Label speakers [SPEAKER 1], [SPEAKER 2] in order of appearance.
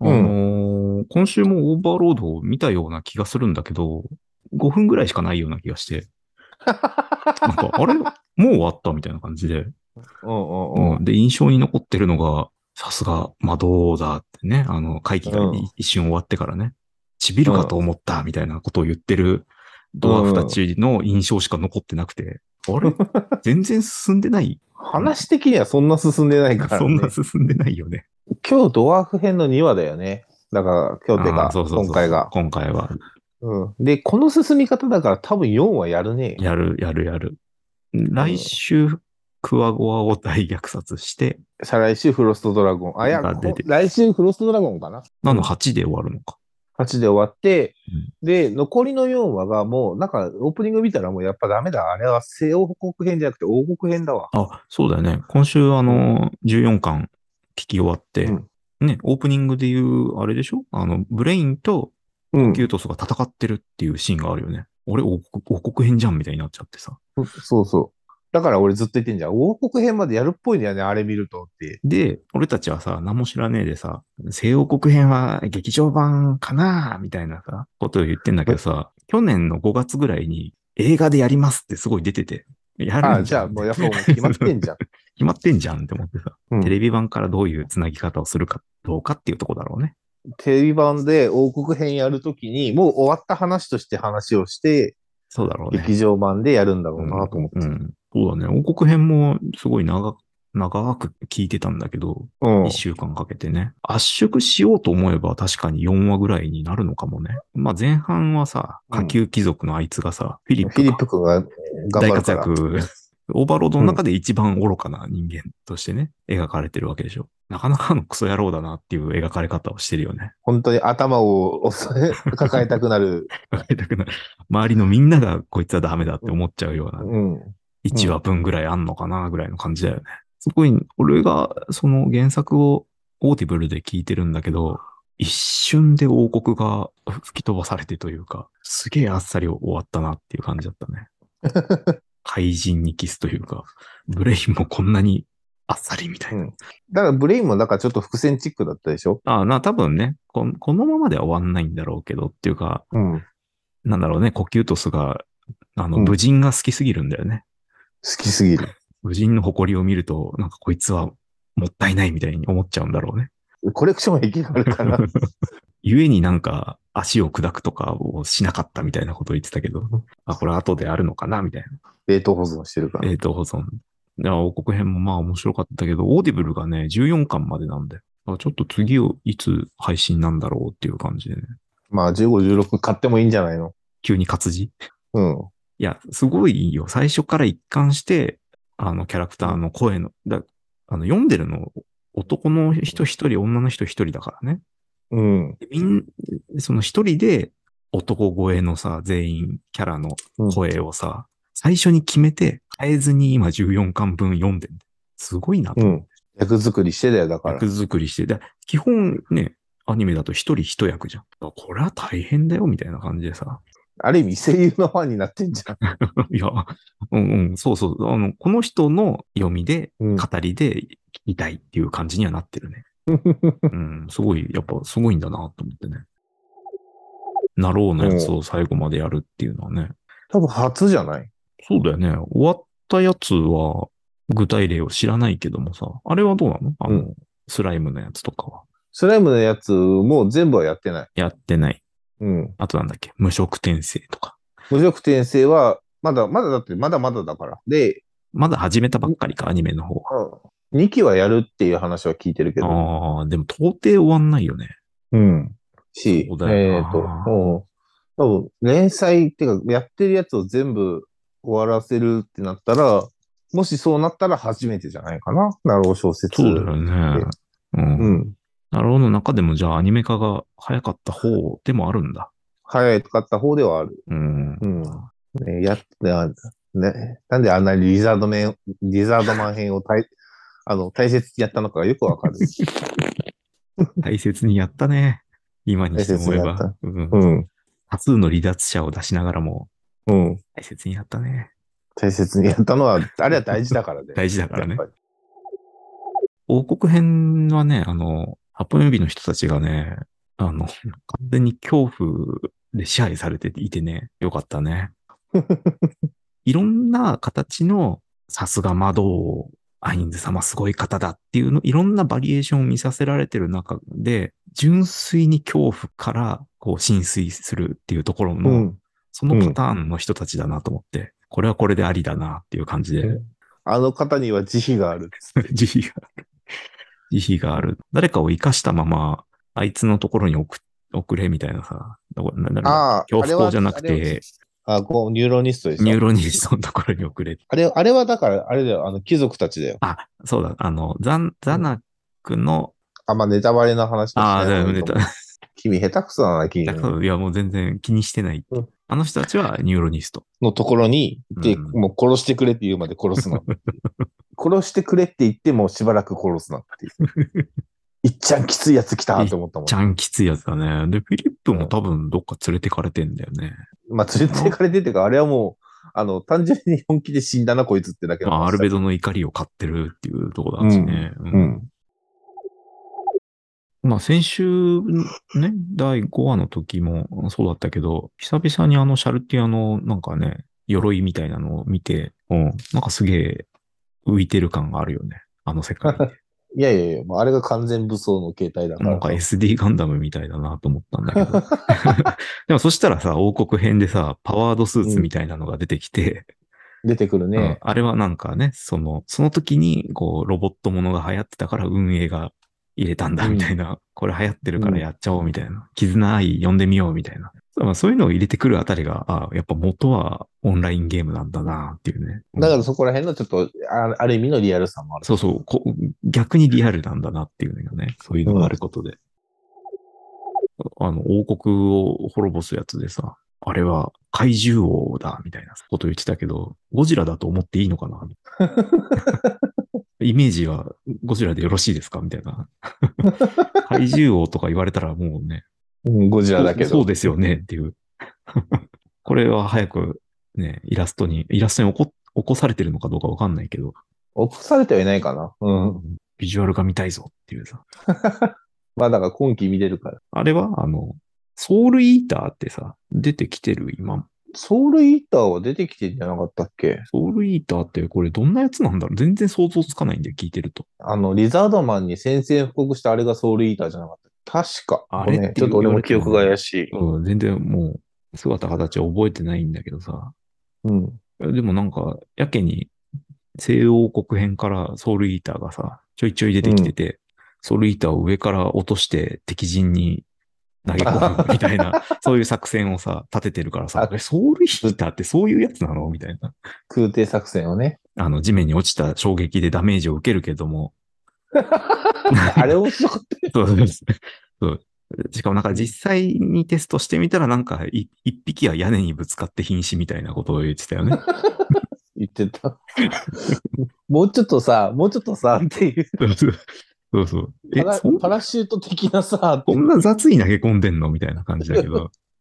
[SPEAKER 1] あのー今週もオーバーロードを見たような気がするんだけど、5分ぐらいしかないような気が して、なんか、あれもう終わったみたいな感じで。
[SPEAKER 2] うんうんうん。
[SPEAKER 1] うん、で、印象に残ってるのが、さすが、魔導だってね、あの、会期がい
[SPEAKER 2] うん
[SPEAKER 1] 一瞬終わってからね、ちびるかと思ったみたいなことを言ってるドワーフたちの印象しか残ってなくて、あ れ全然進んでない。
[SPEAKER 2] 話的にはそんな進んでないから、ね。
[SPEAKER 1] そんな進んでないよね。
[SPEAKER 2] 今日ドワーフ編の2話だよね。だから今日って
[SPEAKER 1] あ
[SPEAKER 2] か
[SPEAKER 1] ー、そうそうそう
[SPEAKER 2] 今回が。
[SPEAKER 1] 今回は、
[SPEAKER 2] うん。で、この進み方だから多分4話やるね。
[SPEAKER 1] やる、やる、やる。来週、クワゴアを大虐殺して、
[SPEAKER 2] 再来週フロストドラゴン。あ、いや、
[SPEAKER 1] が出
[SPEAKER 2] こ
[SPEAKER 1] て
[SPEAKER 2] 来週フロストドラゴンかな。
[SPEAKER 1] なの8で終わるのか。
[SPEAKER 2] 8で終わって、
[SPEAKER 1] うん
[SPEAKER 2] で、残りの4話がもう、なんかオープニング見たらもうやっぱダメだ。あれは西欧国編じゃなくて王国編だわ。
[SPEAKER 1] あ、そうだよね。今週、あの、14巻聞き終わって、
[SPEAKER 2] うん
[SPEAKER 1] ね、オープニングで言う、あれでしょあの、ブレインと
[SPEAKER 2] うん
[SPEAKER 1] キュートスが戦ってるっていうシーンがあるよね。俺、王国、王国編じゃんみたいになっちゃってさ。
[SPEAKER 2] そそうそう。だから俺ずっと言ってんじゃん。王国編までやるっぽいんだよね、あれ見るとって。
[SPEAKER 1] で、俺たちはさ、何も知らねえでさ、西王国編は劇場版かなみたいなさ、ことを言ってんだけどさ、去年の5月ぐらいに映画でやりますってすごい出てて、やるん
[SPEAKER 2] あ、じゃあもうやっぱもう決まって んじゃん。
[SPEAKER 1] 決まってんじゃんって思ってさ、
[SPEAKER 2] うん
[SPEAKER 1] テレビ版からどういうつなぎ方をするかどうかっていうとこだろうね。
[SPEAKER 2] テレビ版で王国編やるときに、もう終わった話として話をして、
[SPEAKER 1] そうだろうね。
[SPEAKER 2] 劇場版でやるんだろうなと思って。
[SPEAKER 1] うん。そうだね。王国編もすごい長、長く聞いてたんだけど、
[SPEAKER 2] うん
[SPEAKER 1] 一週間かけてね。圧縮しようと思えば確かに4話ぐらいになるのかもね。まあ前半はさ、
[SPEAKER 2] うん
[SPEAKER 1] 下級貴族のあいつがさ、フィリップ
[SPEAKER 2] フィリッ
[SPEAKER 1] が
[SPEAKER 2] プ君が頑
[SPEAKER 1] 大
[SPEAKER 2] 張る
[SPEAKER 1] 活
[SPEAKER 2] から。
[SPEAKER 1] 躍。オーバーロードの中で一番愚かな人間としてね、描かれてるわけでしょ。なかなかのクソ野郎だなっていう描かれ方をしてるよね。
[SPEAKER 2] 本当に頭を押さえ抱えたくなる。
[SPEAKER 1] 描かれたくない周りのみんながこいつはダメだって思っちゃうような
[SPEAKER 2] うん。
[SPEAKER 1] 1話分ぐらいあんのかなぐらいの感じだよね。すごい、俺がその原作をオーディブルで聞いてるんだけど、一瞬で王国が吹き飛ばされてというか、すげえあっさり終わったなっていう感じだったね。 怪人にキスというか、ブレインもこんなにあっさりみたいな。
[SPEAKER 2] うんだからブレインもなんかちょっと伏線チックだったでしょ
[SPEAKER 1] ああ、な、多分ねこん、このままでは終わんないんだろうけどっていうか、
[SPEAKER 2] うん。好
[SPEAKER 1] なんだろうね、コキュートスが、あの、
[SPEAKER 2] うん
[SPEAKER 1] 武人が好きすぎるんだよね。
[SPEAKER 2] きすぎる。
[SPEAKER 1] 無人の誇りを見ると、なんかこいつはもったいないみたいに思っちゃうんだろうね。
[SPEAKER 2] コレクション壁がある から。
[SPEAKER 1] 故になんか足を砕くとかをしなかったみたいなことを言ってたけど、あ、これ後であるのかなみたい
[SPEAKER 2] 冷凍保存してるか
[SPEAKER 1] な。
[SPEAKER 2] ら。
[SPEAKER 1] 冷凍保存。いや王国編もまあ面白かったけど、オーディブルがね、14巻までなんで、あちょっと次をいつ配信なんだろうっていう感じでね。
[SPEAKER 2] まあ15、16買ってもいいんじゃないの
[SPEAKER 1] 急に活字
[SPEAKER 2] うん。
[SPEAKER 1] いや、すごいいいよ。最初から一貫して、あの、キャラクターの声の、だあの、読んでるの、男の人一人、女の人一人だからね。
[SPEAKER 2] うん。
[SPEAKER 1] みん、その一人で男声のさ、全員キャラの声をさ、最初に決めて変えずに今14巻分読んでる。すごいなと
[SPEAKER 2] う。ん。役作りしてだよ、だから。
[SPEAKER 1] 役作りして。で基本ね、アニメだと一人一役じゃん。これは大変だよ、みたいな感じでさ。
[SPEAKER 2] ある意味声優のファンになってんじゃん。
[SPEAKER 1] いや、うんうん、そうそう。あの、この人の読みで、
[SPEAKER 2] うん
[SPEAKER 1] 語りで聞きたいっていう感じにはなってる ね。うん、すごい、やっぱすごいんだなと思ってね。なろうのやつを最後までやるっていうのはね。
[SPEAKER 2] 多分初じゃない
[SPEAKER 1] そうだよね。終わったやつは、具体例を知らないけどもさ、あれはどうなのあの、
[SPEAKER 2] うん
[SPEAKER 1] スライムのやつとかは。
[SPEAKER 2] スライムのやつも全部はやってない。
[SPEAKER 1] やってない。
[SPEAKER 2] うん。
[SPEAKER 1] あとなんだっけ無色転生とか。
[SPEAKER 2] 無職転生は、まだ、まだだって、まだまだだから。で、
[SPEAKER 1] まだ始めたばっかりか、アニメの方は。
[SPEAKER 2] 2期はやるっていう話は聞いてるけど。
[SPEAKER 1] ああー、でも到底終わんないよね。
[SPEAKER 2] うん。し、えっ
[SPEAKER 1] そう
[SPEAKER 2] と、
[SPEAKER 1] だよな
[SPEAKER 2] うん。多分、連載っていうか、やってるやつを全部終わらせるってなったら、もしそうなったら初めてじゃないかな。なろう小説。
[SPEAKER 1] そうだよね。うん。
[SPEAKER 2] うん。
[SPEAKER 1] なるほど。中でもじゃあアニメ化が早かった方でもあるんだ。
[SPEAKER 2] 早いかった方ではある。
[SPEAKER 1] うん。
[SPEAKER 2] うん。ね、やっなね、なんであんなにリザードメン、リザードマン編を大、あの、大切にやったのかがよくわかる。
[SPEAKER 1] 大切にやったね。今にして思え
[SPEAKER 2] 大切にや
[SPEAKER 1] ば
[SPEAKER 2] っ。
[SPEAKER 1] うん
[SPEAKER 2] うん。
[SPEAKER 1] 多数の離脱者を出しながらも
[SPEAKER 2] うん。
[SPEAKER 1] 大切にやったね。
[SPEAKER 2] 大切にやったのは、あれ は大事だからね。
[SPEAKER 1] 大事だからね
[SPEAKER 2] やっぱり
[SPEAKER 1] 王国編はね、あの、アップムービーの人たちがね、あの、完全に恐怖で支配されていてね、よかった ね。いろんな形の、さすが魔道、アインズ様すごい方だっていうの、いろんなバリエーションを見させられてる中で、純粋に恐怖から、こう、浸水するっていうところの、
[SPEAKER 2] うん。
[SPEAKER 1] そのパターンの人たちだなと思って、これはこれでありだなっていう感じで、
[SPEAKER 2] うあの方には慈悲がある。
[SPEAKER 1] 慈悲がある。慈悲がある。誰かを生かしたまま、あいつのところに送送れみたいなさ、どこなな
[SPEAKER 2] ああ、
[SPEAKER 1] 恐怖
[SPEAKER 2] あれは
[SPEAKER 1] 法じゃなくて。
[SPEAKER 2] あれはあ、こう、ニューロニストでし
[SPEAKER 1] ニュー
[SPEAKER 2] ょ。
[SPEAKER 1] ロニストのところに送れ。
[SPEAKER 2] あれ、あれはだから、あれだよ、あの、貴族たちだよ。
[SPEAKER 1] あ、そうだ、あの、ザン、ザナックの、
[SPEAKER 2] あ、まあ、ネタバレの話
[SPEAKER 1] ああ、だめ
[SPEAKER 2] だ君、下手くそだな、君。
[SPEAKER 1] いや、もう全然気にしてない。
[SPEAKER 2] うん
[SPEAKER 1] あの人たちはニューロニスト。
[SPEAKER 2] のところに、で、
[SPEAKER 1] うん
[SPEAKER 2] もう殺してくれって言うまで殺すな。 殺してくれって言ってもしばらく殺すなって いう。いっちゃんきついやつ来たと思ったもん
[SPEAKER 1] ち。ゃんきついやつだね。で、フィリップも多分どっか連れてかれてんだよね。
[SPEAKER 2] まあ、連れてかれてっていうか、あれはもう、あの、単純に本気で死んだな、こいつってだけの
[SPEAKER 1] まあ、
[SPEAKER 2] 話
[SPEAKER 1] アルベドの怒りを買ってるっていうところだしね。うん
[SPEAKER 2] うん。
[SPEAKER 1] まあ先週ね、第5話の時もそうだったけど、久々にあのシャルティアのなんかね、鎧みたいなのを見て、うん、なんかすげえ浮いてる感があるよね。あの世界。
[SPEAKER 2] いやいやいや、もうあれが完全武装の形態だから。
[SPEAKER 1] なんか SD ガンダムみたいだなと思ったんだけど。でもそしたらさ、王国編でさ、パワードスーツみたいなのが出てきて、
[SPEAKER 2] 出てくる
[SPEAKER 1] うん
[SPEAKER 2] ね。
[SPEAKER 1] あれはなんかね、その、その時にこうロボットものが流行ってたから運営が入れたんだみたいな、これ流行ってるからやっちゃおうみたいな、絆愛呼んでみようみたいな。まあそういうのを入れてくるあたりが、あやっぱ元はオンラインゲームなんだなっていうね。うん
[SPEAKER 2] だからそこら辺のちょっと、あある意味のリアルさもある。
[SPEAKER 1] そうそうこ、逆にリアルなんだなっていうのがね、そういうのがあることで。あの、王国を滅ぼすやつでさ、あれは怪獣王だみたいなこと言ってたけど、ゴジラだと思っていいのか なイメージはゴジラでよろしいですかみたいな。怪獣王とか言われたらもうね、
[SPEAKER 2] うん、ゴジラだけど。
[SPEAKER 1] そうですよねっていう。これは早くね、イラストに、イラストに起こ起こされてるのかどうかわかんないけど、
[SPEAKER 2] 起こされてはいないかな。うん。
[SPEAKER 1] ビジュアルが見たいぞっていうさ。
[SPEAKER 2] まあだから今期見れるから。
[SPEAKER 1] あれは、あの、ソウルイーターってさ、出てきてる今。
[SPEAKER 2] ソウルイーターは出てきてんじゃなかったっけ
[SPEAKER 1] ソウルイーターってこれどんなやつなんだろう全然想像つかないんだよ、聞いてると。
[SPEAKER 2] あの、リザードマンに宣戦布告したあれがソウルイーターじゃなかった。確か。
[SPEAKER 1] あれ
[SPEAKER 2] ごめん
[SPEAKER 1] って
[SPEAKER 2] ち
[SPEAKER 1] い
[SPEAKER 2] ょ
[SPEAKER 1] う
[SPEAKER 2] っと俺も記憶が怪しい。
[SPEAKER 1] うん、全然もう、姿形は覚えてないんだけどさ。
[SPEAKER 2] うん。
[SPEAKER 1] でもなんか、やけに、西欧国編からソウルイーターがさ、ちょいちょい出てきてて、ソウルイーターを上から落として敵陣に投げ込むみたい な、そういう作戦をさ、立ててるからさ、
[SPEAKER 2] あ
[SPEAKER 1] えソウルイーターってそういうやつなのみたいな。
[SPEAKER 2] 空挺作戦をね。
[SPEAKER 1] あの、地面に落ちた衝撃でダメージを受けるけども。
[SPEAKER 2] あれ面白かった。
[SPEAKER 1] そうそうです。そうしかもなんか実際にテストしてみたらなんかい一匹は屋根にぶつかって瀕死みたいなことを言ってたよね。
[SPEAKER 2] 言って た。もうちょっとさ、もうちょっとさ、っていう。
[SPEAKER 1] そうそう。そうそう。え
[SPEAKER 2] パ、ラ
[SPEAKER 1] そん
[SPEAKER 2] パラシュート的なさ、
[SPEAKER 1] こんな雑に投げ込んでんのみたいな感じだけど。